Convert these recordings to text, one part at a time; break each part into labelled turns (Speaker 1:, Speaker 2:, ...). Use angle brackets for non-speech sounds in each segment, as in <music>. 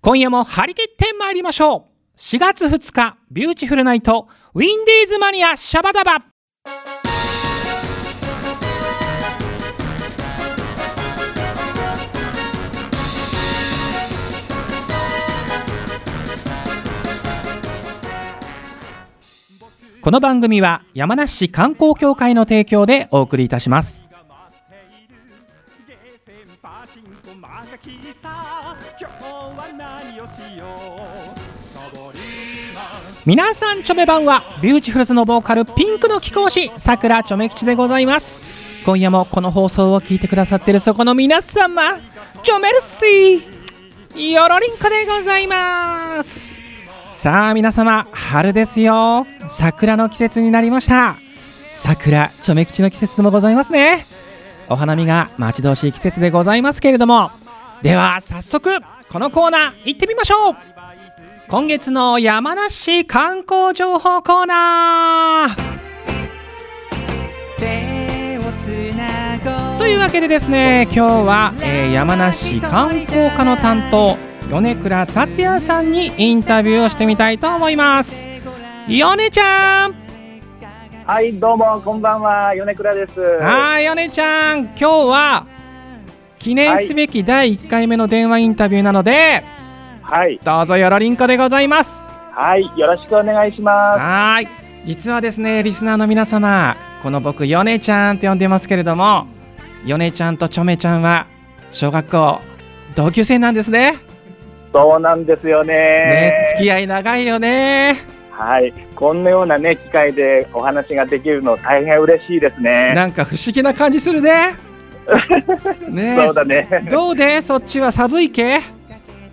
Speaker 1: 今夜も張り切って参りましょう4月2日ビューティフルナイトウィンディーズマニアシャバダバこの番組は山梨市観光協会の提供でお送りいたします
Speaker 2: が待っているゲーセンパチンコマガキさ今日は何をしようサボリーマン
Speaker 1: 皆さんチョメ版はビューティフルズのボーカルピンクの貴公子さくらちょめ吉でございます今夜もこの放送を聞いてくださってるそこの皆様チョメルシーよろりんこでございますさあ皆様春ですよ桜の季節になりました桜ちょめ吉の季節でもございますねお花見が待ち遠しい季節でございますけれどもでは早速このコーナー行ってみましょう今月の山梨観光情報コーナー
Speaker 2: 手をつなごう
Speaker 1: というわけでですね今日は、えー山梨観光課の担当米倉達也さんにインタビューをしてみたいと思います米ちゃん
Speaker 3: はい、どうも、こんばんは、米倉です。
Speaker 1: はい米ちゃん今日は記念すべき第1回目の電話インタビューなので
Speaker 3: はい、
Speaker 1: どうぞよろりんこでございます
Speaker 3: はい、よろしくお願いしま
Speaker 1: はい実はですねリスナーの皆様この僕ヨネちゃんって呼んでますけれどもヨネちゃんとチョメちゃんは小学校同級生なんですね
Speaker 3: す。そうなんですよね。
Speaker 1: ね付き合い長いよね
Speaker 3: はい、こんなようなね、機会でお話ができるの大変嬉しいですね。
Speaker 1: なんか不思議な感じする
Speaker 3: <laughs>
Speaker 1: ねね
Speaker 3: そうだね。
Speaker 1: どうでそっちは寒いけ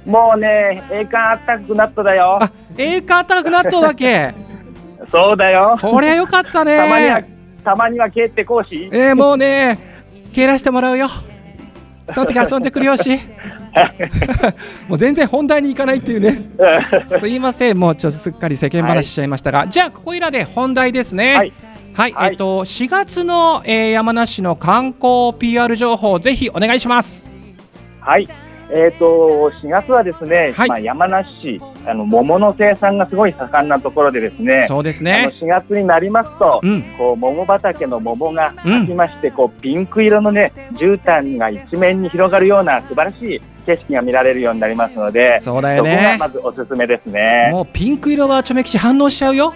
Speaker 3: もうね、栄冠あったかくなっただよ。
Speaker 1: あええか高くなっとうわ
Speaker 3: <laughs>
Speaker 1: け
Speaker 3: そうだよ。
Speaker 1: こりゃよかったね
Speaker 3: たまには、たまには帰って講師。
Speaker 1: えー、もうね蹴らしてもらうよその時遊んでくるよ
Speaker 3: <laughs>
Speaker 1: しもう全然本題に行かないっていうねすいません、もうちょっとすっかり世間話しちゃいましたが、じゃあ、ここいらで本題ですね。は
Speaker 3: はいい、
Speaker 1: えっ、と、4月の、えー山梨の観光 PR 情報、ぜひお願いします。
Speaker 3: はい。えー、と4月はですね、
Speaker 1: はい
Speaker 3: まあ、山梨市あの桃の生産がすごい盛んなところでですね
Speaker 1: そうです
Speaker 3: あの
Speaker 1: ね。
Speaker 3: 4月になりますと、
Speaker 1: うん、
Speaker 3: こう桃畑の桃が
Speaker 1: うん
Speaker 3: 咲きまして、こうピンク色のね絨毯が一面に広がるような素晴らしい景色が見られるようになりますので、
Speaker 1: そうだ
Speaker 3: そ
Speaker 1: よ
Speaker 3: こが
Speaker 1: ね。
Speaker 3: まずおすすめですね。
Speaker 1: もうピンク色はちょめきち反応しちゃうよ。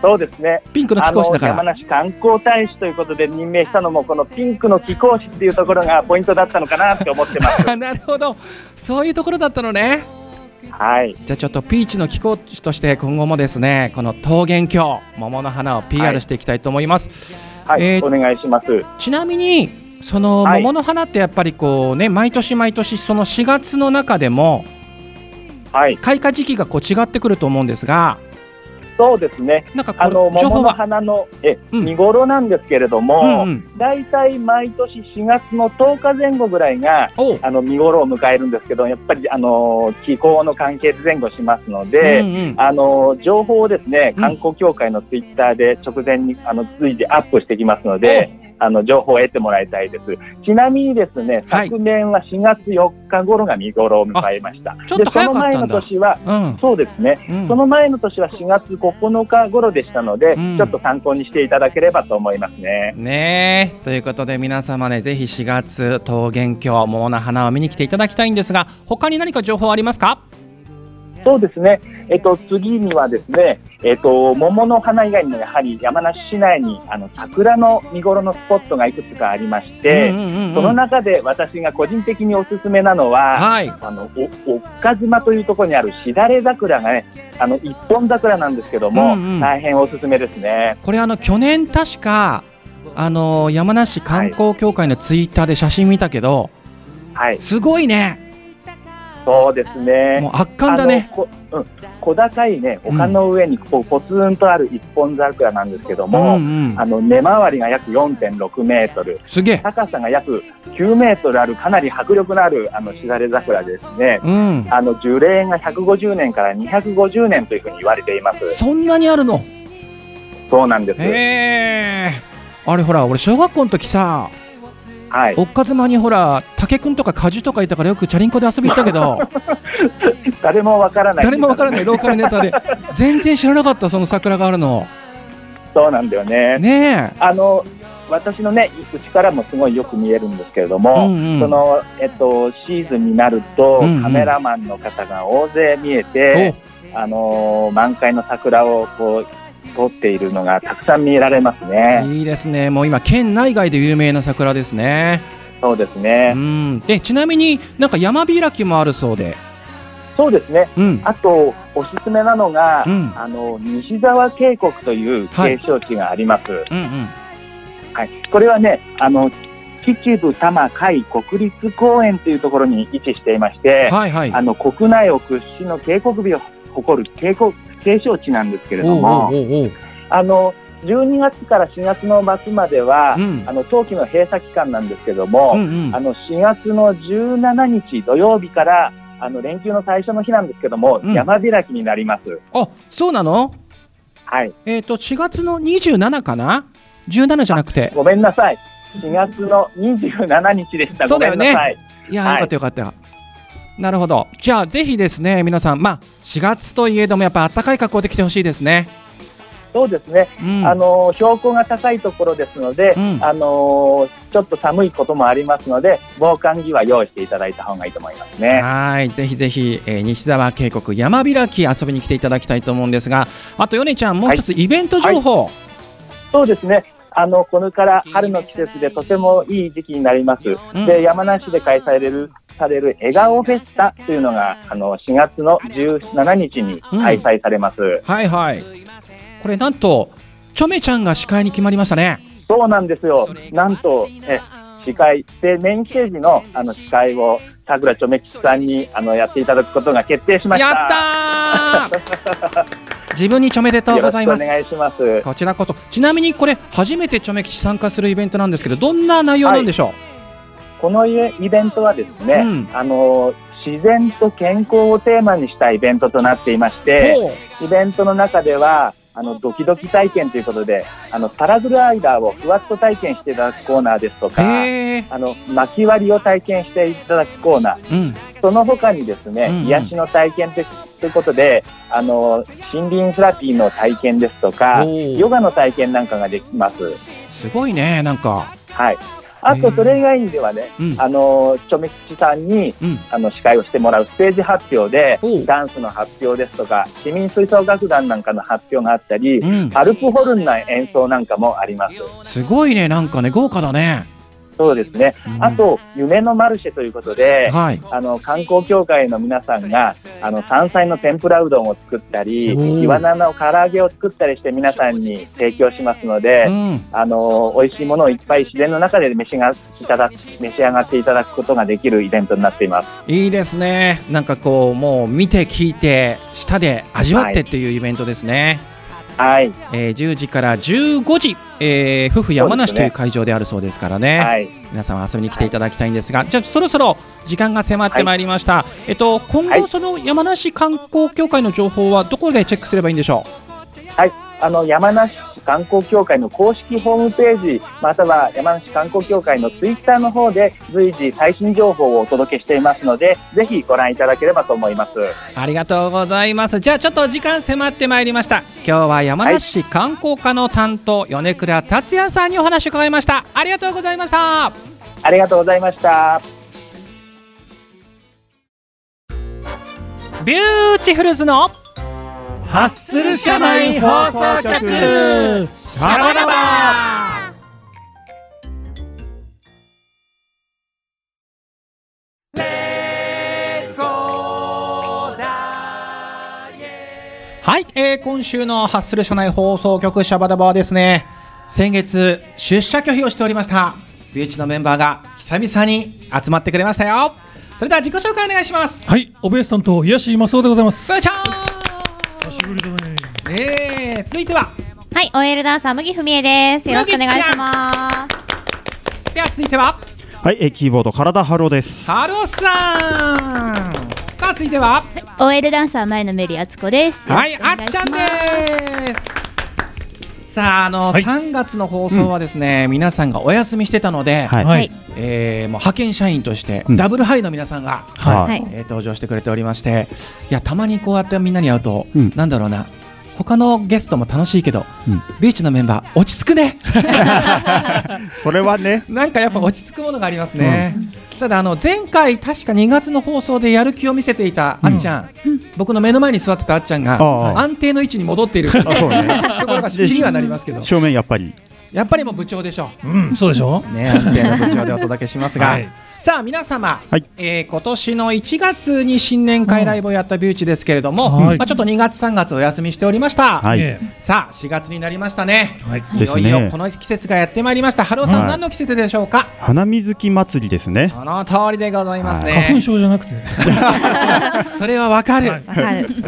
Speaker 3: そうですね。
Speaker 1: ピンクの
Speaker 3: あ
Speaker 1: 貴公子
Speaker 3: の
Speaker 1: だか
Speaker 3: 山
Speaker 1: ら。
Speaker 3: 梨観光大使ということで任命したのもこのピンクの貴公子っていうところがポイントだったのかなって思ってます。
Speaker 1: <laughs> なるほど、そういうところだったのね。
Speaker 3: はい、
Speaker 1: じゃあ、ちょっとピーチの貴公子として、今後もですね、この桃源郷、桃の花を PR していきたいと思います。
Speaker 3: はい、
Speaker 1: えー
Speaker 3: お願いします。
Speaker 1: ちなみにその
Speaker 3: はい
Speaker 1: 桃の花ってやっぱりこうね毎年毎年その4月の中でも
Speaker 3: はい、
Speaker 1: 開花時期がこう違ってくると思うんですが
Speaker 3: そうですね。
Speaker 1: なんか
Speaker 3: あの
Speaker 1: こう情
Speaker 3: 桃
Speaker 1: 報
Speaker 3: の
Speaker 1: は
Speaker 3: 花のえ、
Speaker 1: うん
Speaker 3: 見頃なんですけれども。
Speaker 1: うんうん
Speaker 3: 大体毎年4月の10日前後ぐらいが
Speaker 1: おう
Speaker 3: あの見頃を迎えるんですけどやっぱりあの気候の関係で前後しますので、
Speaker 1: うんうん
Speaker 3: あの情報をですね
Speaker 1: うん
Speaker 3: 観光協会のツイッターで直前にあの随時アップしてきますので。あの情報を得てもらいたいです。ちなみにですね、
Speaker 1: はい
Speaker 3: 昨年は4月4日頃が見頃を迎えました。
Speaker 1: ちょっと
Speaker 3: でその
Speaker 1: 早
Speaker 3: 前
Speaker 1: かったん
Speaker 3: の
Speaker 1: だ
Speaker 3: 年は、
Speaker 1: おうん
Speaker 3: そうですね、
Speaker 1: うん
Speaker 3: その前の年は4月9日頃でしたので、
Speaker 1: うん
Speaker 3: ちょっと参考にしていただければと思いますね。
Speaker 1: ねえということで皆様ねぜひ4月桃源郷桃の花を見に来ていただきたいんですが他に何か情報ありますか
Speaker 3: そうですね。えっと、次にはですね、えっと、桃の花以外にもやはり山梨市内にあの桜の見頃のスポットがいくつかありまして、
Speaker 1: うんうんうんうん
Speaker 3: その中で私が個人的におすすめなのは、
Speaker 1: はい
Speaker 3: あの、お、岡島というところにあるしだれ桜がね、あの、一本桜なんですけども、
Speaker 1: うんうん
Speaker 3: 大変おすすめですね。
Speaker 1: これあの去年確かあの山梨観光協会のツイッターで写真見たけど
Speaker 3: はい。
Speaker 1: すごいね
Speaker 3: そうですね。
Speaker 1: もう圧巻だね
Speaker 3: あの。こうん、小高いね、丘の上にこうポツンとある一本桜なんですけども、
Speaker 1: うんうん
Speaker 3: あの根回りが約4.6メートル、
Speaker 1: すげえ
Speaker 3: 高さが約9メートルある、かなり迫力のあるあのしだれ桜でですね、
Speaker 1: うん
Speaker 3: あの樹齢が150年から250年というふうに言われています。
Speaker 1: そんなにあるの
Speaker 3: そうなんです。
Speaker 1: へえあれほら俺小学校の時さ
Speaker 3: はい。 <laughs>
Speaker 1: おっかずまにほら竹くんとか果樹とかいたからよくチャリンコで遊び行ったけど
Speaker 3: え誰もわからない。
Speaker 1: 誰もわからないローカルネタで全然知らなかったその桜があるの
Speaker 3: そうなんだよね。
Speaker 1: ね
Speaker 3: あの私のね、うちからもすごいよく見えるんですけれど
Speaker 1: え、う
Speaker 3: も、
Speaker 1: んう
Speaker 3: そ
Speaker 1: ん、
Speaker 3: のえっと、シーズンになると、
Speaker 1: うんうん
Speaker 3: カメラマンの方が大勢見えて、あのー満開の桜をこう撮っているのがたくさん見られます
Speaker 1: お
Speaker 3: ね。
Speaker 1: いいですねもう今県内外で有名な桜ですね、
Speaker 3: そうです
Speaker 1: う
Speaker 3: ね。
Speaker 1: ん、でちなみになんか山開きもあるそうで
Speaker 3: そうですね。
Speaker 1: うん
Speaker 3: あとおすすめなのが、
Speaker 1: うん
Speaker 3: あの西沢渓谷という
Speaker 1: は
Speaker 3: 景
Speaker 1: い
Speaker 3: 勝地があります。はい、
Speaker 1: うんうん
Speaker 3: これはね、あの秩父多摩海国立公園というところに位置していまして、
Speaker 1: はいはい
Speaker 3: あの国内を屈指の渓谷美を誇る渓谷景勝地なんですけれど
Speaker 1: おう
Speaker 3: も、
Speaker 1: おうおうおう
Speaker 3: あの12月から4月の末までは、
Speaker 1: うん
Speaker 3: あの冬季の閉鎖期間なんですけども、
Speaker 1: うんうん
Speaker 3: あの4月の17日土曜日からあの連休の最初の日なんですけども、
Speaker 1: うん
Speaker 3: 山開きになります。
Speaker 1: あそうなの
Speaker 3: はい、
Speaker 1: えっ、と4月の27かな17じゃなくて
Speaker 3: ごめんなさい。4月の27日でした。
Speaker 1: そうだよね
Speaker 3: ごめんなさい。
Speaker 1: いや、
Speaker 3: は
Speaker 1: よ
Speaker 3: い
Speaker 1: かったよかったなるほどじゃあぜひですね皆さんまあ4月といえどもやっぱ暖かい格好で来てほしいですね
Speaker 3: そうですね。
Speaker 1: うん
Speaker 3: あの標高が高いところですので、
Speaker 1: うん
Speaker 3: あのちょっと寒いこともありますので、防寒着は用意していただいた方がいいと思いますね。
Speaker 1: はいぜひぜひ、えー西沢渓谷山開き遊びに来ていただきたいと思うんですがあとヨネちゃんもう一つイベント情報、
Speaker 3: そうですね。あのこれから春の季節でとてもいい時期になります。
Speaker 1: うん
Speaker 3: で山梨で開催されるされる笑顔フェスタというのがあの4月の17日に開催されます。
Speaker 1: はいはいこれなんとチョメちゃんが司会に決まりましたね
Speaker 3: そうなんですよ。なんとえ司会でメインステージのあの司会をさくらちょめきちさんにあのやっていただくことが決定しました。
Speaker 1: やったー
Speaker 3: <laughs>
Speaker 1: 自分にチョメでとう
Speaker 3: よ
Speaker 1: ご
Speaker 3: ろしく
Speaker 1: ざ
Speaker 3: お
Speaker 1: います
Speaker 3: 願いします。
Speaker 1: こちらこそちなみにこれ初めてチョメ吉参加するイベントなんですけどどんな内容なんでしょ
Speaker 3: このイベントはですね、
Speaker 1: うん
Speaker 3: あの自然と健康をテーマにしたイベントとなっていまし
Speaker 1: う、
Speaker 3: て。
Speaker 1: ほう
Speaker 3: イベントの中ではあのドキドキ体験ということであのパラグライダーをふわっと体験していただくコーナーですとか
Speaker 1: へえ
Speaker 3: あの巻き割りを体験していただくコーナー
Speaker 1: うん
Speaker 3: その他にですね、
Speaker 1: うんうん
Speaker 3: 癒しの体験ということであの森林セラピーの体験ですとか
Speaker 1: おー
Speaker 3: ヨガの体験なんかができます。
Speaker 1: すごいねなんか
Speaker 3: はいあ
Speaker 1: へ
Speaker 3: と
Speaker 1: ー
Speaker 3: それ以外にではね、
Speaker 1: うん
Speaker 3: あのちょめ吉さんに
Speaker 1: うん
Speaker 3: あの司会をしてもらうステージ発表で
Speaker 1: おう
Speaker 3: ダンスの発表ですとか市民吹奏楽団なんかの発表があったり
Speaker 1: うん
Speaker 3: アルプホルンな演奏なんかもあります
Speaker 1: すごいねなんかね豪華だね
Speaker 3: そうですね
Speaker 1: うん
Speaker 3: あと夢のマルシェということで
Speaker 1: はい
Speaker 3: あの観光協会の皆さんがあの山菜の天ぷらうどんを作ったり
Speaker 1: おー
Speaker 3: イワナの唐揚げを作ったりして皆さんに提供しますので
Speaker 1: うん
Speaker 3: あの美味しいものをいっぱい自然の中で召しがいただ召し上がっていただくことができるイベントになっています
Speaker 1: いいですねなんかこうもう見て聞いて舌で味わってっていうイベントですね、
Speaker 3: はい
Speaker 1: えー10時から15時、えー、夫婦山梨という会場であるそうですからね
Speaker 3: はい
Speaker 1: 皆さん遊びに来ていただきたいんですが、じゃあそろそろ時間が迫ってまいりました、えっと、今
Speaker 3: はい
Speaker 1: 後、その山梨観光協会の情報はどこでチェックすればいいんでしょ
Speaker 3: あの山梨観光協会の公式ホームページまたは山梨観光協会のツイッターの方で随時最新情報をお届けしていますのでぜひご覧いただければと思います
Speaker 1: うありがとうございますじゃあちょっと時間迫ってまいりました今日は山梨市観光課の担当、米倉達也さんにお話を伺いましたありがとうございました
Speaker 3: ありがとうございました
Speaker 1: ビューティフルズの
Speaker 4: ハッスル社内放送局
Speaker 1: シャバダバはい、えー今週のハッスル社内放送局シャバダバはですね先月出社拒否をしておりましたビューチのメンバーが久々に集まってくれましたよそれでは自己紹介お願いします
Speaker 4: はい、オベース担当、癒しマスオでございます。
Speaker 1: ブー
Speaker 4: 久
Speaker 1: チャ
Speaker 4: しぶりだね。
Speaker 1: ーンねえ続いては
Speaker 5: はい、OL ダンサー麦文江です。よろしくお願いします。
Speaker 1: では続いては
Speaker 6: はい、えーキーボード体ハローです。
Speaker 1: ハロさんさあ続いては
Speaker 5: OL ダンサー前のメリーあつこです。
Speaker 1: はいあっちゃん
Speaker 5: す。
Speaker 1: ですさああの、
Speaker 7: はい
Speaker 1: 3月の放送はですね、皆さんがお休みしてたので、
Speaker 6: はい
Speaker 7: はい。
Speaker 1: えーもう派遣社員として、
Speaker 6: うん
Speaker 1: ダブルハイの皆さんが、
Speaker 7: はい
Speaker 5: はい。
Speaker 1: えー登場してくれておりましていやたまにこうやってみんなに会うと、
Speaker 6: うん
Speaker 1: なんだろうな他のゲストも楽しいけど、
Speaker 6: うん
Speaker 1: ビーチのメンバー落ち着くね
Speaker 6: それはね、
Speaker 1: なんかやっぱ落ち着くものがありますね、ただあの前回確か2月の放送でやる気を見せていたあっちゃん、僕の目の前に座ってたあっちゃんが、
Speaker 6: ああ
Speaker 1: 安定の位置に戻っている <laughs> とこ
Speaker 6: あそうね
Speaker 1: ろが気にはなりますけど
Speaker 6: 正面やっぱり。
Speaker 1: やっぱりもう部長でしょ
Speaker 7: うん、そうでしょ
Speaker 1: うね安定の部長でお届けしますが、
Speaker 7: はい
Speaker 1: さあ皆様、
Speaker 6: はい
Speaker 1: えー今年の1月に新年会ライブをやったビューチですけれども、
Speaker 7: うんはい
Speaker 1: まあ、ちょっと2月3月お休みしておりました、
Speaker 6: はい。
Speaker 7: え
Speaker 1: さあ4月になりましたね
Speaker 7: えはい。
Speaker 1: い
Speaker 6: です
Speaker 1: よいよ
Speaker 6: ね
Speaker 1: こ。の季節がやってまいりました春尾さん、
Speaker 6: はい
Speaker 1: 何の季節でしょうか
Speaker 6: 花水木祭りですね。
Speaker 1: <laughs> その通りでございますね、
Speaker 7: 花粉症じゃなくて。
Speaker 1: それはわかる、
Speaker 7: はい
Speaker 5: わかる。
Speaker 1: うー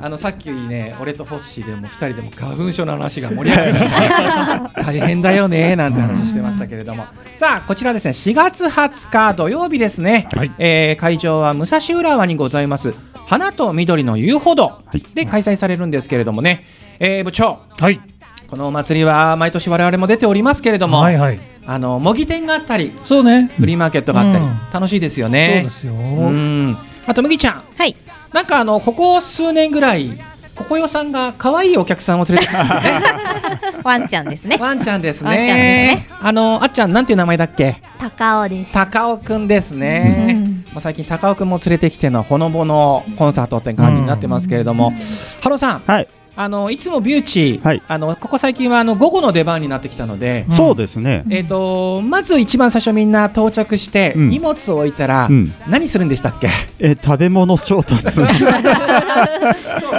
Speaker 1: んあのさっきね俺とフォッシーでも2人でも花粉症の話が盛り上がって <laughs> 大変だよねなんて話してましたけれどもさあこちらですね4月20日土曜日ですね、
Speaker 7: はい
Speaker 1: えー会場は武蔵浦和にございます花と緑の遊歩道
Speaker 6: はい
Speaker 1: で開催されるんですけれどもね、えー部長
Speaker 7: はい。
Speaker 1: このお祭りは毎年我々も出ておりますけれども、
Speaker 7: はいはい。
Speaker 1: あの模擬店があったり
Speaker 7: そうね。
Speaker 1: フリーマーケットがあったり、
Speaker 7: うん
Speaker 1: 楽しいですよ
Speaker 7: そう
Speaker 1: ね
Speaker 7: で。すよ。
Speaker 1: うんあと麦ちゃん
Speaker 5: <laughs> はい。
Speaker 1: なんかあのここ数年ぐらいここよさんが可愛いお客さんを連れてきてますよね
Speaker 5: ワンちゃんですね。
Speaker 1: ワンちゃん <laughs> ですね
Speaker 5: ワンちゃんですね
Speaker 1: あのあっちゃんなんていう名前だっけ
Speaker 5: 高尾です。
Speaker 1: 高尾くんですね、
Speaker 5: うん
Speaker 1: もう最近高尾くんも連れてきてのほのぼのコンサートって感じになってますけれども、ハロさん
Speaker 6: はい。
Speaker 1: あのいつもビューチ、
Speaker 6: はい
Speaker 1: あのここ最近はあの午後の出番になってきたので、
Speaker 7: うん
Speaker 6: そうですね。
Speaker 1: えっ、とまず一番最初みんな到着して、
Speaker 6: うん
Speaker 1: 荷物を置いたら、
Speaker 6: うん。
Speaker 1: 何するんでしたっけ
Speaker 6: え、食べ物調達。
Speaker 1: そう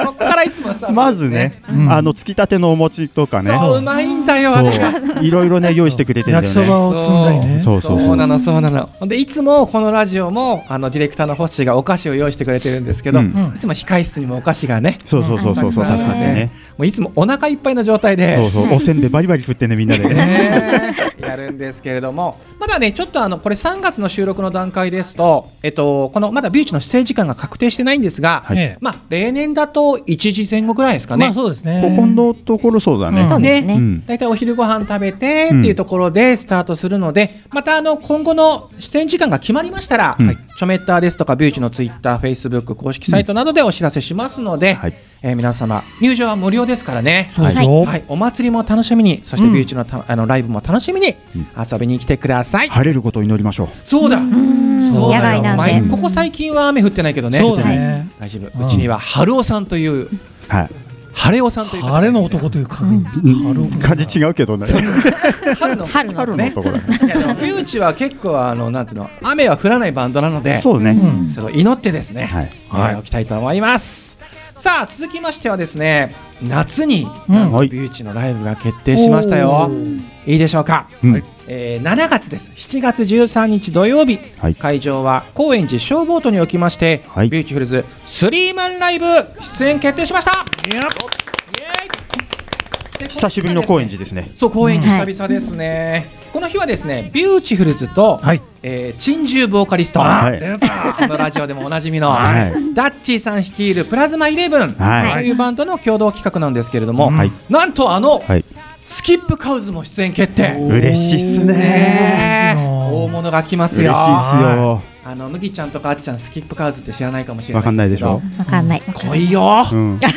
Speaker 1: そっからいつもスタートです
Speaker 6: まずね、
Speaker 7: うん
Speaker 6: あの、つきたてのお餅とかね。
Speaker 1: そううまいんだよあれが
Speaker 6: そういろいろね、用意してくれてるん
Speaker 7: 焼
Speaker 6: だ
Speaker 7: き
Speaker 6: よ
Speaker 7: そ
Speaker 6: ね。
Speaker 7: ばを積んだりね。
Speaker 6: そう
Speaker 1: そ
Speaker 6: そううそう。
Speaker 1: なのそうなのほんでいつもこのラジオもあのディレクターのホッシーがお菓子を用意してくれてるんですけど、
Speaker 6: うん
Speaker 1: いつも控室にもお菓子がね
Speaker 6: そうそうそうそうそう、
Speaker 1: あ
Speaker 6: た
Speaker 1: り
Speaker 6: く
Speaker 1: ますね
Speaker 6: さんでね。
Speaker 1: もういつもお腹いっぱいの状態で
Speaker 6: そうそう、おせんべいバリバリ食ってね、みんなでね。
Speaker 1: ね <laughs> やるんですけれどもまだねちょっとあのこれ3月の収録の段階ですと、えっと、このまだビューチの出演時間が確定してないんですが、
Speaker 6: はい
Speaker 7: ええ
Speaker 1: まあ例年だと1時前後ぐらいですかね、
Speaker 7: まあそうですね。
Speaker 6: ここのところそうだね。
Speaker 5: そうです
Speaker 6: う
Speaker 5: ね。
Speaker 6: ん。
Speaker 1: 大体お昼ご飯食べてっていうところでスタートするので、またあの今後の出演時間が決まりましたら、
Speaker 6: うん
Speaker 1: はいチョメッターですとかビューチのツイッター、フェイスブック公式サイトなどでお知らせしますので、
Speaker 6: はい。
Speaker 1: えー皆様入場は無料ですからね。
Speaker 7: そうですよ。
Speaker 1: はい、お祭りも楽しみに、そして
Speaker 7: うん
Speaker 1: ビューチのた、あのライブも楽しみに
Speaker 6: うん
Speaker 1: 遊びに来てください。
Speaker 6: 晴れることを祈りましょう。
Speaker 1: そうだ、
Speaker 5: うん
Speaker 1: そうだ
Speaker 5: 野
Speaker 1: よ
Speaker 5: 外な
Speaker 1: まあ
Speaker 5: ん
Speaker 1: こ
Speaker 5: で。
Speaker 1: こ最近は雨降ってないけどね。
Speaker 7: そうだね。
Speaker 1: 大丈夫。
Speaker 7: うん
Speaker 1: うちには春尾さんという
Speaker 6: はい。
Speaker 1: 晴れ尾さんという方が
Speaker 7: 晴れの男というか。
Speaker 6: 感じ違うけどね。
Speaker 1: 春の
Speaker 5: 春の
Speaker 6: 春のところ。
Speaker 1: いやでもビューチは結構あのなんていうの雨は降らないバンドなので
Speaker 6: そうね
Speaker 7: う。ん。
Speaker 1: それを祈ってですね、
Speaker 6: はい。
Speaker 1: はい、おきたいと思いますさあ続きましてはですね夏に
Speaker 7: うん
Speaker 1: なんと
Speaker 6: はい
Speaker 1: ビューチのライブが決定しましたよ、いいでしょうか、
Speaker 6: うん
Speaker 7: はい
Speaker 1: えー7月です7月13日土曜日、
Speaker 6: はい
Speaker 1: 会場は高円寺消防トにおきまして、
Speaker 6: はい
Speaker 1: ビューチフルズスリーマンライブ出演決定しましたイエーイで
Speaker 6: 久しぶりの高円寺ですね。
Speaker 1: そう高円
Speaker 5: う
Speaker 1: 寺
Speaker 5: ん
Speaker 1: 久々ですね、この日はですねビューチフルズと、
Speaker 7: はい。
Speaker 1: えー、珍獣ボーカリスト、
Speaker 6: はい
Speaker 7: 出た。
Speaker 1: このラジオでもおなじみの、
Speaker 6: はい
Speaker 1: ダッチーさん率いるプラズマイレブンと
Speaker 6: はい
Speaker 1: いうバンドの共同企画なんですけれども、
Speaker 6: はい。
Speaker 1: なんとあの、
Speaker 6: はい。
Speaker 1: スキップカウズも出演決定。
Speaker 6: 嬉しいっすね。
Speaker 1: ねえ
Speaker 7: おー
Speaker 1: 大物が来ま
Speaker 6: 嬉し
Speaker 1: す
Speaker 6: いっすよ。
Speaker 1: よ。あ
Speaker 6: わ
Speaker 1: の麦ちゃんとかあっちゃんスキップカウズって知らないかもしれない。
Speaker 6: かんないでしょ。。
Speaker 5: わかんない。
Speaker 1: 来いよ。
Speaker 6: うん。そう
Speaker 1: 楽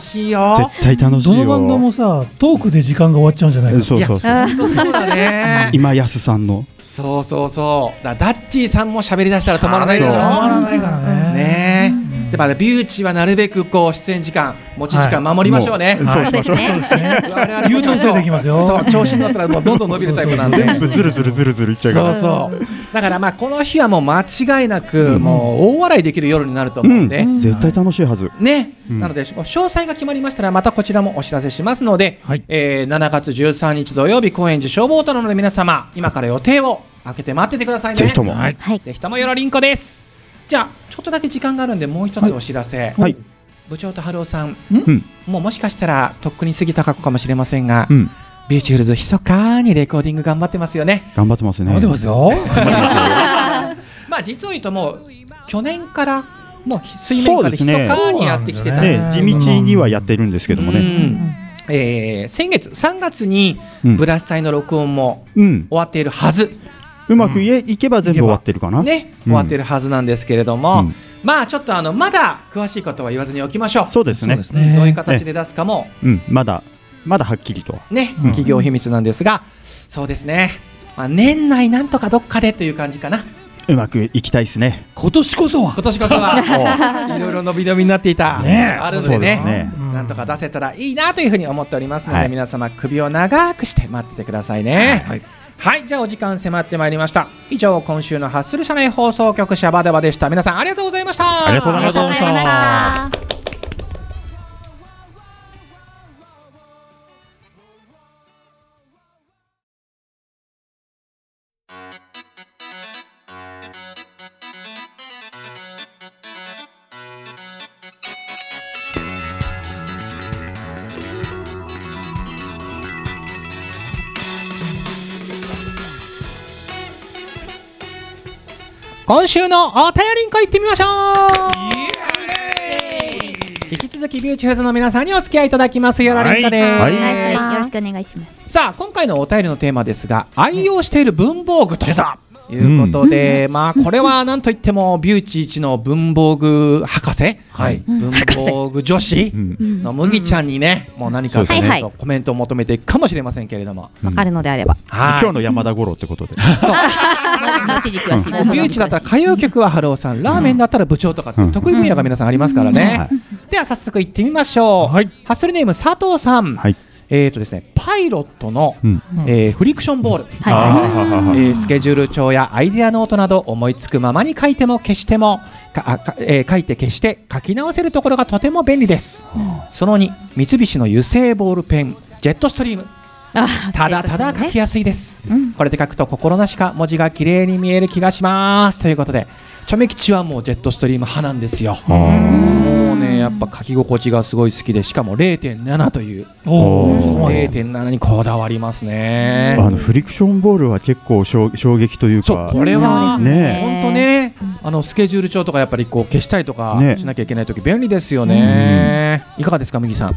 Speaker 1: しいよ。
Speaker 6: 絶対楽しい
Speaker 7: ど
Speaker 6: よ。
Speaker 7: のバンドもさ、トークで時間が終わっちゃうんじゃないかな。
Speaker 6: そうそうそう。
Speaker 5: あ
Speaker 1: 本当そうだね。
Speaker 6: 今安さんの。
Speaker 1: そうそうそう。だダッチーさんも喋り出したら止まらないでしょ。
Speaker 6: 止
Speaker 7: まらないからね
Speaker 1: ねえ。でまだビューチはなるべくこう出演時間持ち時間守りましょうね。
Speaker 6: も
Speaker 5: ーそうですね。
Speaker 1: 我々も
Speaker 7: 優等生できますよ
Speaker 1: そう調子に乗ったらもうどんどん伸びるタイプなんで。
Speaker 6: 全部ずるずるずるずるいっちゃうか
Speaker 1: そ
Speaker 6: ら
Speaker 1: う。そう。だからまあこの日はもう間違いなくもう大笑いできる夜になると思うんで。
Speaker 6: 絶対楽しいはず。
Speaker 1: ね、
Speaker 6: うん
Speaker 1: なので詳細が決まりましたらまたこちらもお知らせしますので、
Speaker 7: はい
Speaker 1: えー7月13日土曜日高円寺消防団なので皆様今から予定を開けて待っててくださいね
Speaker 6: ぜひとも。
Speaker 7: はい。
Speaker 5: はい。
Speaker 1: ぜひともよろりんこですじゃあちょっとだけ時間があるんでもう一つお知らせ、
Speaker 6: はい。
Speaker 1: 部長と春雄さん
Speaker 6: うん。
Speaker 1: もうもしかしたらとっくに過ぎた過去かもしれませんが、
Speaker 6: うん。
Speaker 1: ビューチフルズ密かにレコーディング頑張ってますよね
Speaker 6: 頑張ってますね。
Speaker 7: 待っ
Speaker 6: <laughs>
Speaker 7: てますよ。
Speaker 1: まあ実を言うともう去年からもう水面下で
Speaker 6: そうですね
Speaker 1: 密かにやってきてたん
Speaker 6: え
Speaker 1: で
Speaker 6: え
Speaker 1: すけど
Speaker 6: 地道にはやってるんですけども
Speaker 1: う
Speaker 6: ね。
Speaker 1: んえー先月3月に
Speaker 6: うん
Speaker 1: ブラス隊の録音も
Speaker 6: うん、
Speaker 1: 終わっているはず、
Speaker 6: うまくいえ、いけば全部終わってるかな。
Speaker 1: ね、
Speaker 6: う
Speaker 1: 終
Speaker 6: ん
Speaker 1: わっているはずなんですけれども、
Speaker 6: うん
Speaker 1: まあちょっとあのまだ詳しいことは言わずにおきましょう
Speaker 6: そうですね。
Speaker 7: すね
Speaker 1: どういう形で出すかも
Speaker 6: うん、まだ、まだはっきりと。
Speaker 1: ね、企業秘密なんですがそうですね、まあ、年内なんとかどっかでという感じかな
Speaker 6: うまくいきたいですね。
Speaker 7: <laughs> 今年こそは
Speaker 1: 今年こそ
Speaker 6: <laughs>
Speaker 1: はいろいろ伸び伸びになっていた、
Speaker 7: ねえ
Speaker 1: あるんでね
Speaker 6: そうですね
Speaker 7: うん
Speaker 1: なんとか出せたらいいなというふうに思っておりますので、
Speaker 6: はい
Speaker 1: 皆様首を長くして待っててくださいねはい、じゃあお時間迫ってまいりました以上今週のハッスル社内放送局シャバダバでした皆さんありがとうございました
Speaker 6: ありがとうございました
Speaker 5: ありがとうございました。
Speaker 1: 今週のお便りんこ行ってみましょう引き続きビューチフーズの皆さんにお付き合いいただきますよらりんこです、
Speaker 6: は
Speaker 5: お願いし
Speaker 8: はい
Speaker 5: ま
Speaker 8: よろ
Speaker 5: す。
Speaker 8: しくお願いします。
Speaker 1: さあ今回のお便りのテーマですが愛用している文房具ということで、まあこれはなんといってもビューチ一の文房具博士、文房具女子
Speaker 6: うん
Speaker 1: の麦ちゃんにね、もう何か
Speaker 6: そうです
Speaker 8: ね
Speaker 1: ちょっとコメントを求めていくかもしれませんけれども、
Speaker 8: わかるのであれば。
Speaker 6: 今
Speaker 1: 今
Speaker 6: 日の山田五郎ってことで。
Speaker 8: 詳しい詳しい。
Speaker 1: ビューチだったら歌謡曲は春雄さんラーメンだったら部長とかっていう得意分野が皆さんありますからね、では早速行ってみましょう、
Speaker 7: はい
Speaker 1: ハッスルネーム佐藤さん、
Speaker 6: はい。
Speaker 1: えーとですね、パイロットの、
Speaker 6: うん
Speaker 1: えーフリクションボール、
Speaker 8: はい
Speaker 6: あー
Speaker 1: えースケジュール帳やアイデアノートなど思いつくままに書いても消してもかあかえー書いて消して書き直せるところがとても便利です、その2三菱の油性ボールペンジェットストリームただただ書きやすいです、これで書くと心なしか文字が綺麗に見える気がしますということでチョメ吉はもうジェットストリーム派なんですよもうねやっぱ書き心地がすごい好きでしかも0.7という
Speaker 7: お
Speaker 6: お
Speaker 7: お
Speaker 6: ー
Speaker 7: そこまで
Speaker 1: 0.7にこだわりますね
Speaker 6: あのフリクションボールは結構衝衝撃という
Speaker 1: そう
Speaker 6: か。
Speaker 1: これは
Speaker 6: ねえ
Speaker 1: 本当。ね、あのスケジュール帳とかやっぱりこう消したりとか
Speaker 6: ね
Speaker 1: しなきゃいけないとき便利ですよね。いかがですか、麦さん。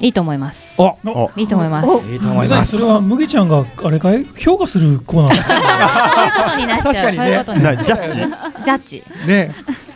Speaker 8: いいと思います。
Speaker 1: お、
Speaker 6: あ
Speaker 8: いいと思います。
Speaker 1: いいと思いま
Speaker 7: 何
Speaker 1: す。
Speaker 7: それは麦ちゃんがあれかい評価するコーナ
Speaker 1: <laughs>
Speaker 7: ー
Speaker 8: そういうことになっち
Speaker 1: 確
Speaker 8: ゃ
Speaker 1: か
Speaker 8: う。
Speaker 1: に
Speaker 8: そ
Speaker 1: ね
Speaker 8: ういうことになっ
Speaker 6: なジャッジ。
Speaker 8: ちゃう。ジャッジ。
Speaker 1: ね、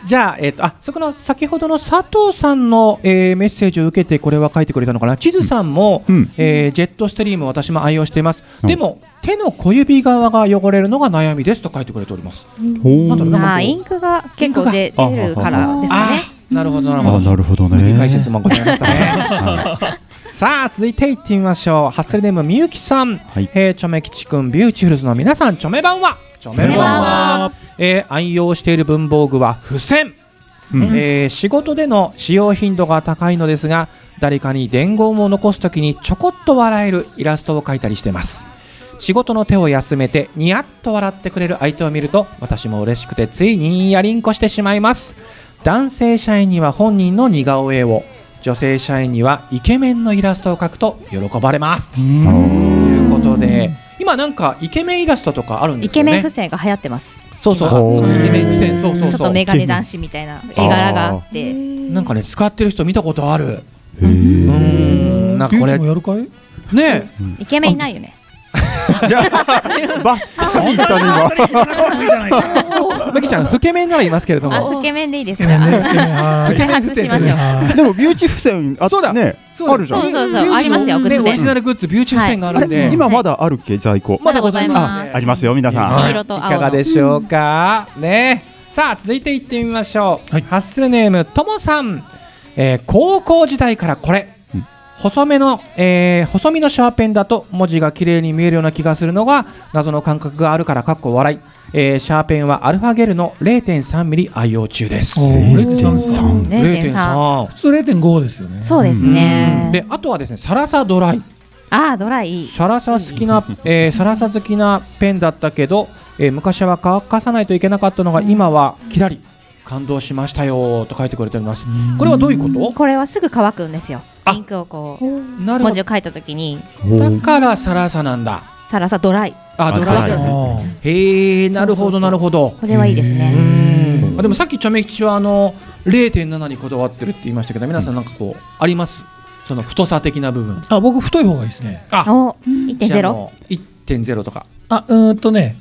Speaker 1: じゃあえっ、とあそこの先ほどの佐藤さんの、えーメッセージを受けてこれは書いてくれたのかな。地図さんも、
Speaker 6: うん
Speaker 1: えージェットストリーム私も愛用しています。
Speaker 6: うん
Speaker 1: でも手の小指側が汚れるのが悩みですと書いてくれております。
Speaker 6: ほ
Speaker 1: なんだろう
Speaker 6: ー
Speaker 1: な
Speaker 8: まあインクが結構出
Speaker 6: インクが
Speaker 8: 出るからです
Speaker 1: あ
Speaker 8: かね。
Speaker 1: ー、なるほどなるほ
Speaker 6: あ、
Speaker 1: ど。
Speaker 6: なるほどね。
Speaker 1: 麦解説もございましたね。
Speaker 6: は
Speaker 1: さあ続いていってみましょうハッスルネームみゆきさん、
Speaker 6: はい
Speaker 1: えーチョメ吉くんビューチフルズの皆さんチョメ版はチョ
Speaker 6: メ版
Speaker 8: は
Speaker 1: えー愛用している文房具は付箋、
Speaker 6: い。うん
Speaker 1: えー仕事での使用頻度が高いのですが誰かに伝言を残すときにちょこっと笑えるイラストを描いたりしてます仕事の手を休めてニヤッと笑ってくれる相手を見ると私も嬉しくてついにやりんこしてしまいます男性社員には本人の似顔絵を女性社員にはイケメンのイラストを描くと喜ばれますということで今なんかイケメンイラストとかあるんで
Speaker 8: イ
Speaker 1: すよ
Speaker 8: ケメン
Speaker 1: ね
Speaker 8: 付箋が流行ってます。
Speaker 1: そうそうあ
Speaker 6: ほう
Speaker 1: そのイケメン付箋そうそう
Speaker 8: ちょっ
Speaker 1: そ
Speaker 8: と
Speaker 1: う
Speaker 8: メガネ男子みたいな絵柄があって。
Speaker 1: なんかね使ってる人見たことある
Speaker 6: へー
Speaker 1: うーんなんか
Speaker 7: ビ
Speaker 1: こ
Speaker 7: ューチ
Speaker 1: れ
Speaker 7: もやるかい
Speaker 1: ね
Speaker 8: イケメンいないよね。
Speaker 6: じゃあ、 <laughs> バッサリいったね、
Speaker 1: えむきちゃん老け面ならいますけれど
Speaker 8: あ、
Speaker 1: も
Speaker 8: イケメンでいいです
Speaker 7: イケメンねイ
Speaker 8: か。
Speaker 7: ケメンは
Speaker 8: 開発 <laughs> しましょう。
Speaker 6: 今。でも、ビューチ付箋、あ
Speaker 1: そうだ
Speaker 6: ね、
Speaker 1: そう
Speaker 6: あ
Speaker 1: だ
Speaker 6: るじゃん
Speaker 8: そう。そう
Speaker 1: ビューチ
Speaker 8: そう。
Speaker 1: の
Speaker 8: ありますよ。グッ
Speaker 1: ね
Speaker 8: ズ
Speaker 1: オ
Speaker 8: で
Speaker 1: リジ。ナルグッズビューチ付箋があるん
Speaker 6: あ
Speaker 1: で
Speaker 6: れ今まだあるっけ、在庫。
Speaker 8: まだございま
Speaker 6: あ、
Speaker 8: す。
Speaker 6: ありますよ、皆さ
Speaker 8: 黄
Speaker 6: ん。
Speaker 8: 色と
Speaker 1: い
Speaker 8: 青の。
Speaker 1: かがでしょうかねさあ続いていってみましょう、ハッスルネームともさん、えー高校時代からこれ、
Speaker 6: うん
Speaker 1: 細めの、えー細身のシャーペンだと文字が綺麗に見えるような気がするのが謎の感覚があるからかっこ笑い、えーシャーペンはアルファゲルの 0.3mm 愛用中です
Speaker 7: おー0.3
Speaker 1: 0.3
Speaker 8: 0.3。
Speaker 7: 普通0.5ですよね
Speaker 8: そうですね。
Speaker 1: であとはですねサラサドライ
Speaker 8: ああ、ドライ。
Speaker 1: サラサ好き <laughs> な、えーサラサ好きなペンだったけど、えー昔は乾かさないといけなかったのが今はキラリ感動しましたよと書いてくれておりますこれはどういうこと
Speaker 8: これはすぐ乾くんですよ。
Speaker 1: あ
Speaker 8: インクをこう
Speaker 1: なるほ
Speaker 8: 文字
Speaker 1: ど
Speaker 8: を書いたときに
Speaker 1: だからサラサなんだ
Speaker 8: サラサドライ。
Speaker 1: あドライ
Speaker 6: あドライ
Speaker 7: あ
Speaker 1: へえなるほ
Speaker 8: そ
Speaker 1: ど
Speaker 8: うそうそう
Speaker 1: なるほど
Speaker 8: これはいいです
Speaker 1: う
Speaker 8: ね。
Speaker 1: んあでもさっきチャメ吉はあの0.7にこだわってるって言いましたけど皆さんなんかこうありますその太さ的な部分
Speaker 7: あ、僕太い方がいいですね。
Speaker 1: あ
Speaker 8: お、
Speaker 1: じゃあ
Speaker 8: 1.0。
Speaker 1: もう1.0とか
Speaker 7: あ、うーんとね、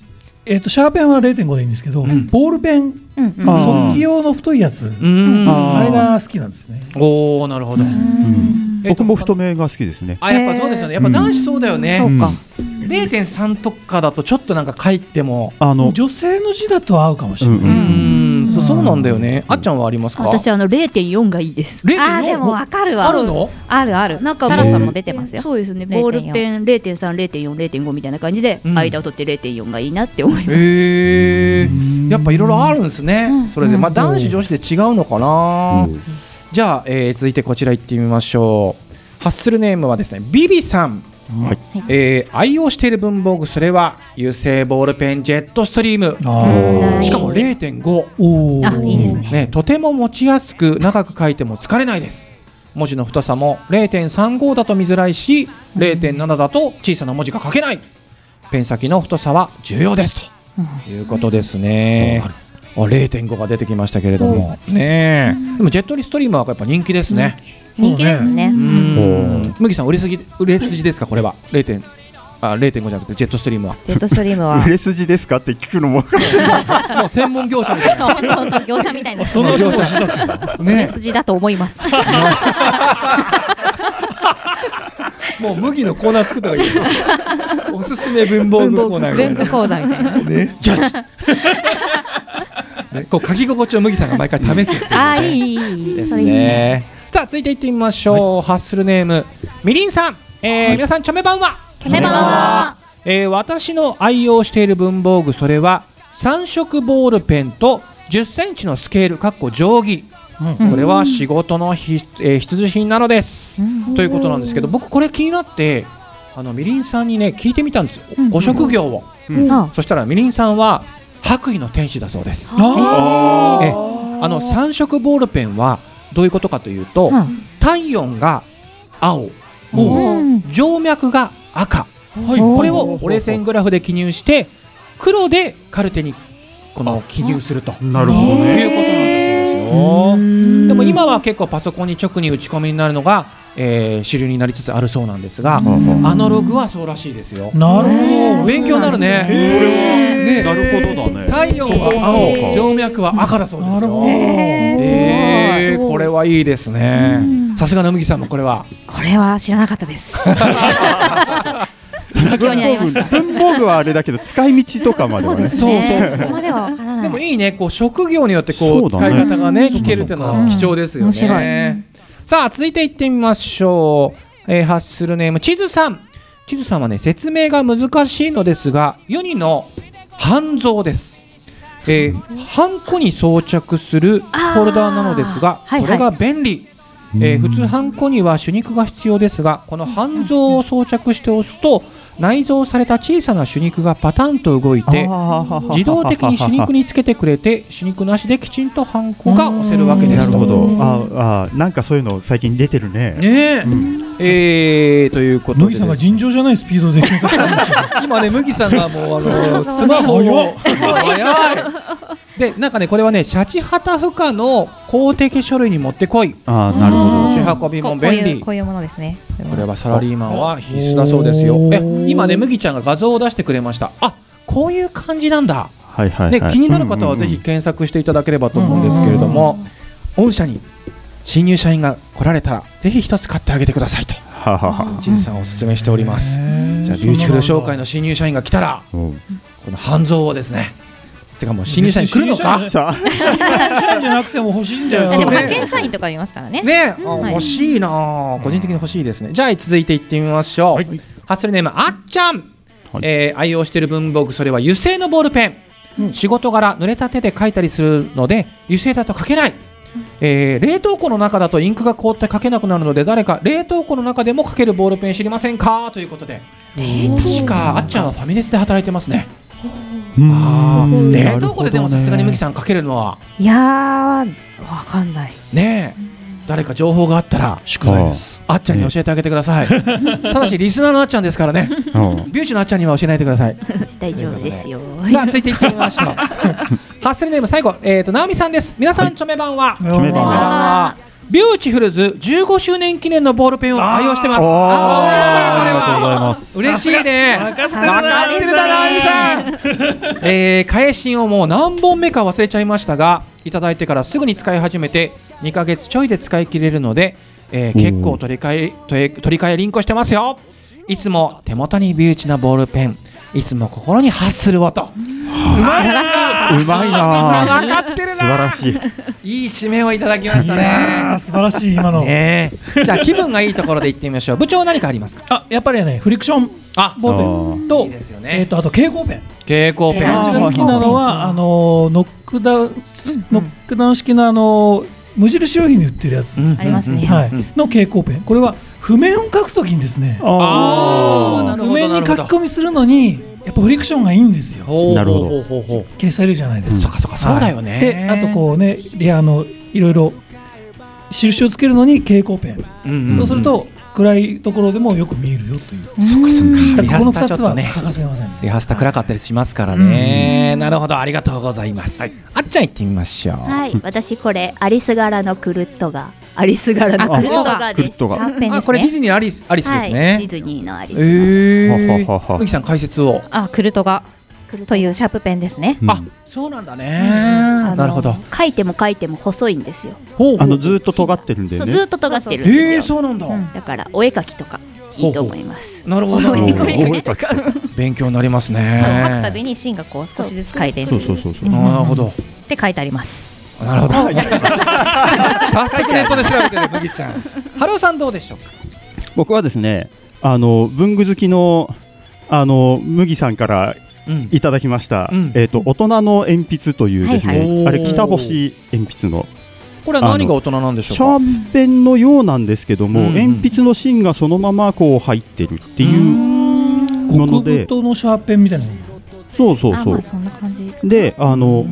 Speaker 7: えっ、と、シャーペンは0.5でいいんですけど、
Speaker 1: うん
Speaker 7: ボールペン、
Speaker 8: うんうん。
Speaker 6: あー
Speaker 7: 速記用の太いやつ、
Speaker 1: うん
Speaker 6: あー
Speaker 7: あれが好きなんですね。
Speaker 1: おおなるほど、
Speaker 6: うん
Speaker 1: えっと
Speaker 6: 僕も太めが好きですね。
Speaker 1: あやっぱそうですよねやっぱ男子そうだよね、
Speaker 8: そうか。
Speaker 1: 0.3とかだとちょっとなんか書いても
Speaker 6: あの、
Speaker 7: 女性の字だと合うかもしれない。
Speaker 6: うん
Speaker 1: うんそそうなんだよねあっちゃんはありますか
Speaker 9: 私あの0.4がいいです。
Speaker 1: 0.4
Speaker 8: あー、でもわかるわ。
Speaker 1: あるの
Speaker 8: あるある。なんか、
Speaker 10: サラ
Speaker 8: サラ
Speaker 10: さ
Speaker 8: さ
Speaker 10: んも
Speaker 8: んも
Speaker 10: 出
Speaker 8: 出
Speaker 10: て
Speaker 8: て
Speaker 10: ま
Speaker 8: ますす
Speaker 10: よ
Speaker 8: よ。
Speaker 9: そうですね。
Speaker 8: 0.4
Speaker 9: ボールペン0.3、0.4、0.5みたいな感じで、
Speaker 1: うん
Speaker 9: 間を取って0.4がいいなって思います。
Speaker 1: へえやっぱいろいろあるんですね、
Speaker 8: うん
Speaker 1: それでまあ男子女子で違うのかな、
Speaker 6: うん
Speaker 1: じゃあ、えー続いてこちら行ってみましょうハッスルネームはですねビビさん、
Speaker 6: はい
Speaker 1: えー愛用している文房具それは油性ボールペンジェットストリーム
Speaker 7: あ
Speaker 8: ー
Speaker 1: しかも0.5
Speaker 7: おお。
Speaker 8: あいいですね
Speaker 1: ね、とても持ちやすく長く書いても疲れないです文字の太さも0.35だと見づらいし0.7だと小さな文字が書けないペン先の太さは重要ですということですね、あ0.5が出てきましたけれども、ねえでもジェットリストリームはやっぱ人気ですね
Speaker 8: 人気ですね。
Speaker 1: う
Speaker 6: うん
Speaker 1: 麦さん売れすぎ売れ筋ですかこれは0.5あ0.5じゃなくてジェットストリームは
Speaker 8: ジェットストリームは
Speaker 6: 売、れ筋ですかって聞くのも
Speaker 1: もう専門業者み
Speaker 8: <laughs>
Speaker 1: たいな
Speaker 8: <laughs> 本当本当業者みたいな。
Speaker 7: そんな人も知ったっ
Speaker 8: 売れ
Speaker 1: ね
Speaker 8: 筋だと思います。
Speaker 1: もう麦のコーナー作った方がいいよおすすめ文房具コーナーみたい
Speaker 8: 文
Speaker 1: な
Speaker 8: 化講座みたいな。
Speaker 1: ね、ジャッジ。ね、こう書き心地を麦さんが毎回試すっていうね、
Speaker 8: あー、いいいい。
Speaker 1: で
Speaker 8: そ
Speaker 1: す
Speaker 8: れいいね。
Speaker 1: ね。さあ続いていってみましょう。ハッスルネームみりんさん。えー皆さんチョメ版は。
Speaker 10: チョメ版は
Speaker 1: えー私の愛用している文房具それは三色ボールペンと10センチのスケール（かっこ定規）
Speaker 7: う
Speaker 1: これは仕事の必,、えー必需品なのです、ということなんですけど僕これ気になってあのみりんさんにね聞いてみたんですよ、ご職業を、
Speaker 6: うん
Speaker 8: あ
Speaker 1: そしたらみりんさんは白衣の天使だそうです
Speaker 7: あ
Speaker 1: えあの三色ボールペンはどういうことかというと、
Speaker 8: うん
Speaker 1: 体温が青
Speaker 8: うん
Speaker 1: 静脈が赤、
Speaker 7: はい
Speaker 1: これを折れ線グラフで記入して黒でカルテにこの記入するということ
Speaker 6: なる
Speaker 8: ほど
Speaker 1: なん
Speaker 8: ね
Speaker 1: だそうですよ。でも今は結構パソコンに直に打ち込みになるのが、えー主流になりつつあるそうなんですが、
Speaker 6: うん
Speaker 1: アナログはそうらしいですよ。
Speaker 7: なるほど。
Speaker 1: 勉強になるね。ね
Speaker 6: れは、なるほどだね。
Speaker 1: 太陽が青、
Speaker 6: へー
Speaker 1: 静脈は赤だそうです
Speaker 7: なる
Speaker 1: よ
Speaker 7: ほ。ど
Speaker 1: えー、これはいいですね。さすがの麦さんもこれは。
Speaker 8: これは知らなかったです。勉強になりました。
Speaker 6: 文房具はあれだけど使い道とかまではね。
Speaker 1: すね
Speaker 8: ここまではわからな
Speaker 1: で
Speaker 8: い。
Speaker 1: もいいね、こう職業によってこう
Speaker 6: そう
Speaker 1: 使
Speaker 6: だ
Speaker 1: い
Speaker 6: ね
Speaker 1: 方がね聞けるっていうの
Speaker 8: う
Speaker 1: は
Speaker 8: ん
Speaker 1: 貴重ですよ
Speaker 8: 面白
Speaker 1: ね。さあ続いていってみましょう。えー、ハッスルネーム地図さん。地図さんはね説明が難しいのですが、ユニの半蔵です。えー、ハンコに装着するフォルダーなのですが、
Speaker 8: あーはいはい
Speaker 1: これが便利。えー普通ハンコには手肉が必要ですがこの半蔵を装着して押すと内蔵された小さな手肉がパタンと動いて自動的に手肉
Speaker 6: に。
Speaker 1: につけてくれて手肉なしできちんとハンコが押せるわけで
Speaker 6: な
Speaker 1: す
Speaker 6: る
Speaker 1: と。
Speaker 6: ほど。ああ、なんかそういうの最近出てるね。
Speaker 1: ねええーということ
Speaker 7: 麦
Speaker 1: で
Speaker 7: さん
Speaker 1: で
Speaker 7: が
Speaker 1: すね
Speaker 7: 尋常じゃないスピードで検索したんですよ
Speaker 1: 今ね麦さんがもうあのスマホを早いでなんかねこれはねシャチハタ不可の公的書類に持ってこい
Speaker 6: ああ、なるほ
Speaker 1: 持
Speaker 6: ど。
Speaker 1: ち運び
Speaker 8: こ
Speaker 1: も
Speaker 8: こう
Speaker 1: 便
Speaker 8: いう
Speaker 1: 利
Speaker 8: こういうものですね。
Speaker 1: これはサラリーマンは必須だそうですよ。え、今ね、麦ちゃんが画像を出してくれました。あ、こういう感じなんだ。
Speaker 6: はいはい
Speaker 1: ね、
Speaker 6: はい。
Speaker 1: 気になる方はぜひ検索していただければと思うんですけれども、御社に新入社員が来られたら、ぜひ一つ買ってあげてくださいと、
Speaker 6: ははは。
Speaker 1: 地図さんおすすめしております。じゃあ、ビューチフル紹介の新入社員が来たら、
Speaker 6: うん
Speaker 1: この半蔵をですね、てかもう新入社員来るのか
Speaker 6: さあ、
Speaker 7: 社員じゃなくても欲しいんだよ。
Speaker 8: あでも
Speaker 1: ね
Speaker 8: 派遣社員とかいますからね。
Speaker 1: ね、あ
Speaker 8: はい
Speaker 1: 欲しいなあ、個人的に欲しいですね。じゃあ続いていってみましょう。ハッスルネームあっちゃん、
Speaker 6: はい
Speaker 1: えー愛用している文房具それは油性のボールペン。仕事柄濡れた手で書いたりするので油性だと書けない。えー冷凍庫の中だとインクが凍って書けなくなるので誰か冷凍庫の中でも書けるボールペン知りませんかということで確かあっちゃんはファミレスで働いてますねあー冷凍庫ででもさすがにむきさん書けるのはい
Speaker 8: やー、わかんない。
Speaker 1: ねえ誰か情報があったら
Speaker 7: 宿題です。
Speaker 1: あっちゃんに教えてあげてください。 <laughs> ただし、リスナーのあっちゃんですからね。
Speaker 6: ん。
Speaker 1: ビューチのあっちゃんには教えないでください。
Speaker 9: 大丈夫ですよ。
Speaker 1: さあ、続いていってみま <laughs> しょう。ハッスルネーム最後、えっ、と、ナオミさんです。皆さん、チョメ版は。
Speaker 7: 決
Speaker 6: め
Speaker 1: 版
Speaker 6: たね
Speaker 1: は。ビューティフルズ15周年記念のボールペンを愛用してます。
Speaker 6: あー
Speaker 1: あー嬉しいこれは
Speaker 6: ありがとうございます
Speaker 1: 嬉しいね。
Speaker 6: さすが
Speaker 1: 分かってるだな、アリさん。 <laughs> えー、返信をもう何本目か忘れちゃいましたが、いただいてからすぐに使い始めて、2ヶ月ちょいで使い切れるので、えー結構取り替え取り取り替えリンクしてますよ。いつも手元にビューチなボールペン、いつも心に発する音。
Speaker 6: うまいなうまいな
Speaker 1: つながってるな
Speaker 6: 素晴らしい
Speaker 1: いい締めをいただきましたね。
Speaker 7: 素晴らしい今の。
Speaker 1: ねえじゃあ気分がいいところで行ってみましょう。部長何かありますか。
Speaker 7: あやっぱりねフリクションボールペンとえっとあと蛍光ペン。
Speaker 1: 蛍光ペン。
Speaker 7: 私が好きなのはあのノックダウンノックダウン式のあの無印良品に売ってるやつ
Speaker 8: ありますね
Speaker 7: はい
Speaker 8: うん
Speaker 7: の蛍光ペンこれは譜面を書くときにですね
Speaker 1: あーなるほ
Speaker 7: 譜
Speaker 1: ど
Speaker 7: 面に
Speaker 1: な
Speaker 7: 書
Speaker 1: る
Speaker 7: き
Speaker 1: ほど
Speaker 7: 込みするのにやっぱフリクションがいいんですよ
Speaker 1: ほう
Speaker 6: なるほど
Speaker 1: ほうほうほう
Speaker 7: 消されるじゃないですか、
Speaker 1: そうかそうだよね
Speaker 7: であとこうねレアのいろいろ印をつけるのに蛍光ペン、
Speaker 1: うんうん
Speaker 7: そうすると暗いところでもよく見えるよという
Speaker 1: そっかそっか
Speaker 7: だらこの2
Speaker 1: ちょっ
Speaker 7: つ
Speaker 1: と
Speaker 7: は
Speaker 1: ね
Speaker 7: 欠かせません
Speaker 1: リハスタ暗かったりしますからね。なるほど、ありがとうございます。あっちゃん行ってみましょう。
Speaker 9: はい、私これアリス柄のクルットガ、アリス柄のクルットガです。
Speaker 1: ああこれディズニーのアリスアリスです
Speaker 9: は
Speaker 1: ね
Speaker 9: い。ディズニーのアリスの。
Speaker 1: ええ。
Speaker 6: ははは
Speaker 1: 麦さん解説を。
Speaker 8: あクルトガというシャープペンですね
Speaker 1: あそうなんだね
Speaker 6: なるほど
Speaker 9: 書いても書いても細いんですよ。
Speaker 6: あのずーっと尖ってるんだよね
Speaker 9: ずっと尖ってるんですよ。うんだからお絵描きとかいいと思います。
Speaker 1: なるほど。
Speaker 9: お絵描きとか。
Speaker 1: 勉強になります
Speaker 8: 書くた
Speaker 1: ね。
Speaker 8: びに芯がこう少しずつ回転する
Speaker 1: そうそうそうそううんなるほど
Speaker 8: って書いてあります
Speaker 1: なるほど早速ネットで調べてる麦 <laughs> ちゃん。春尾さんどうでしょうか。
Speaker 6: 僕はですねあの文具好きのあの麦さんから
Speaker 1: うん
Speaker 6: いただきました、
Speaker 1: うん
Speaker 6: えっ、と大人の鉛筆というですね、
Speaker 1: はいはい
Speaker 6: あれ北星鉛筆の
Speaker 1: これは何が大人なんでしょうか
Speaker 6: あのシャーペンのようなんですけども、
Speaker 1: うんうん
Speaker 6: 鉛筆の芯がそのままこう入ってるっていうもので、
Speaker 7: 人のシャーペンみたいなの
Speaker 6: そうそうそう、
Speaker 8: んな感 <laughs> じ
Speaker 6: であの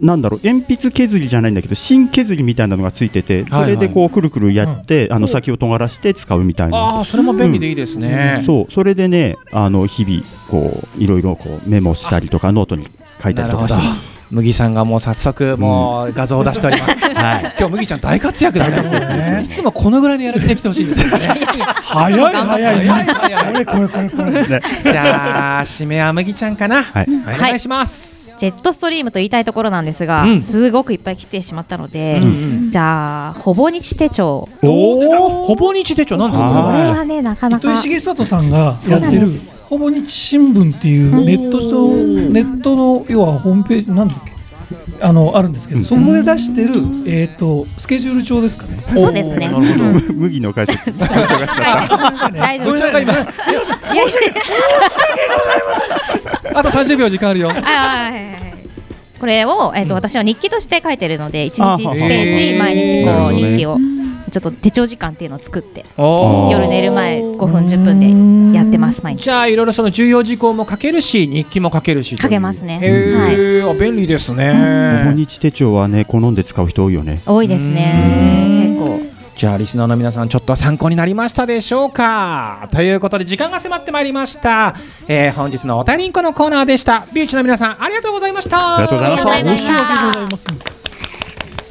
Speaker 6: なんだろう鉛筆削りじゃないんだけど芯削りみたいなのがついててそれでこうくるくるやって、あの先を尖らして使うみたいな
Speaker 1: ああそれも便利でいいですね
Speaker 6: うんそうそれでねあの日々こういろいろこうメモしたりとかノートに書いたりとかしてます
Speaker 1: 麦さんがもう早速もう画像を出しております。
Speaker 6: はい
Speaker 1: <laughs> 今日麦ちゃん大活躍だね。いつもこのぐらいでやる気できてほしいんですよね。
Speaker 7: 早い早い
Speaker 1: 早
Speaker 7: いこれこれこれ
Speaker 1: じゃあ締めは麦ちゃんかな。
Speaker 6: はい。
Speaker 1: お願いします。
Speaker 8: ジェットストリームと言いたいところなんですが、
Speaker 1: うん
Speaker 8: すごくいっぱい来てしまったので、
Speaker 1: うんう
Speaker 8: じゃあほぼ日手帳
Speaker 1: おお、ほぼ日手帳なんですか。
Speaker 8: これはねなかなか
Speaker 7: 糸井重里さんがや
Speaker 8: そ
Speaker 7: っ
Speaker 8: う
Speaker 7: て
Speaker 8: なん
Speaker 7: る
Speaker 8: で
Speaker 7: ほぼ日新聞っていうネット上ネットの要はホームページなんだっけあのあるんですけど、そこで出してるえっ、とスケジュール帳ですかね。
Speaker 8: そうですねおーな
Speaker 6: む麦の解説
Speaker 8: 大丈夫
Speaker 7: 部長が今
Speaker 8: いやいや
Speaker 1: あと30秒時間あるよ。
Speaker 8: はいはいはいはいこれを、えっと私は日記として書いてるので1日
Speaker 1: あ
Speaker 8: 1ペー
Speaker 1: へ
Speaker 8: ジ
Speaker 1: ー
Speaker 8: 毎日こ
Speaker 1: なるほ
Speaker 8: う
Speaker 1: どね
Speaker 8: 日記をちょっと手帳時間っていうのを作って
Speaker 1: おー
Speaker 8: 夜寝る前5分10分でやってます毎日
Speaker 1: じゃあいろいろその重要事項も書けるし日記も書けるし。
Speaker 8: 書けますね
Speaker 1: へえ、あ便利です
Speaker 6: ほぼ
Speaker 1: ね。
Speaker 6: 日手帳はね好んで使う人多いよね
Speaker 8: 多いですね結構
Speaker 1: じゃあリスナーの皆さんちょっとは参考になりましたでしょうかということで時間が迫ってまいりました、えー本日のおたりんこのコーナーでしたビューチの皆さんありがとうございました
Speaker 6: ありがとうございましたありがとうございました
Speaker 1: います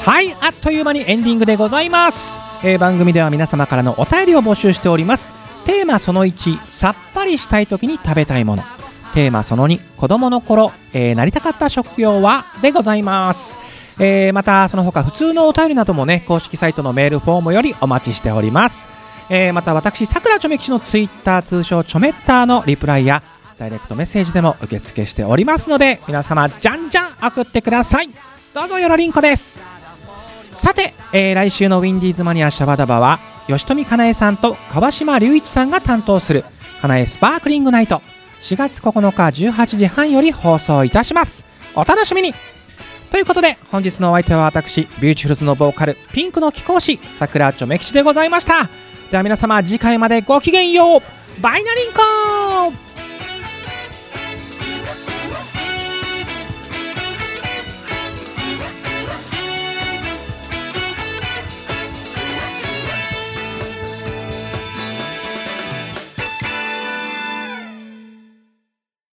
Speaker 1: はい、あっという間にエンディングでございます、えー番組では皆様からのお便りを募集しておりますテーマその1さっぱりしたい時に食べたいものテーマその2子供の頃、えーなりたかった職業はでございます、えーまたその他普通のお便りなどもね公式サイトのメールフォームよりお待ちしております、えーまた私さくらちょめきちのツイッター通称ちょめったーのリプライやダイレクトメッセージでも受付しておりますので皆様じゃんじゃん送ってくださいどうぞよろりんこですさて、えー来週のウィンディーズマニアシャバダバは吉富かなえさんと川島隆一さんが担当するかなえスパークリングナイト4月9日18時半より放送いたしますお楽しみにということで本日のお相手は私ビューチフルズのボーカルピンクの貴公子桜ちょめ吉でございましたでは皆様次回までごきげんようバイナリンコー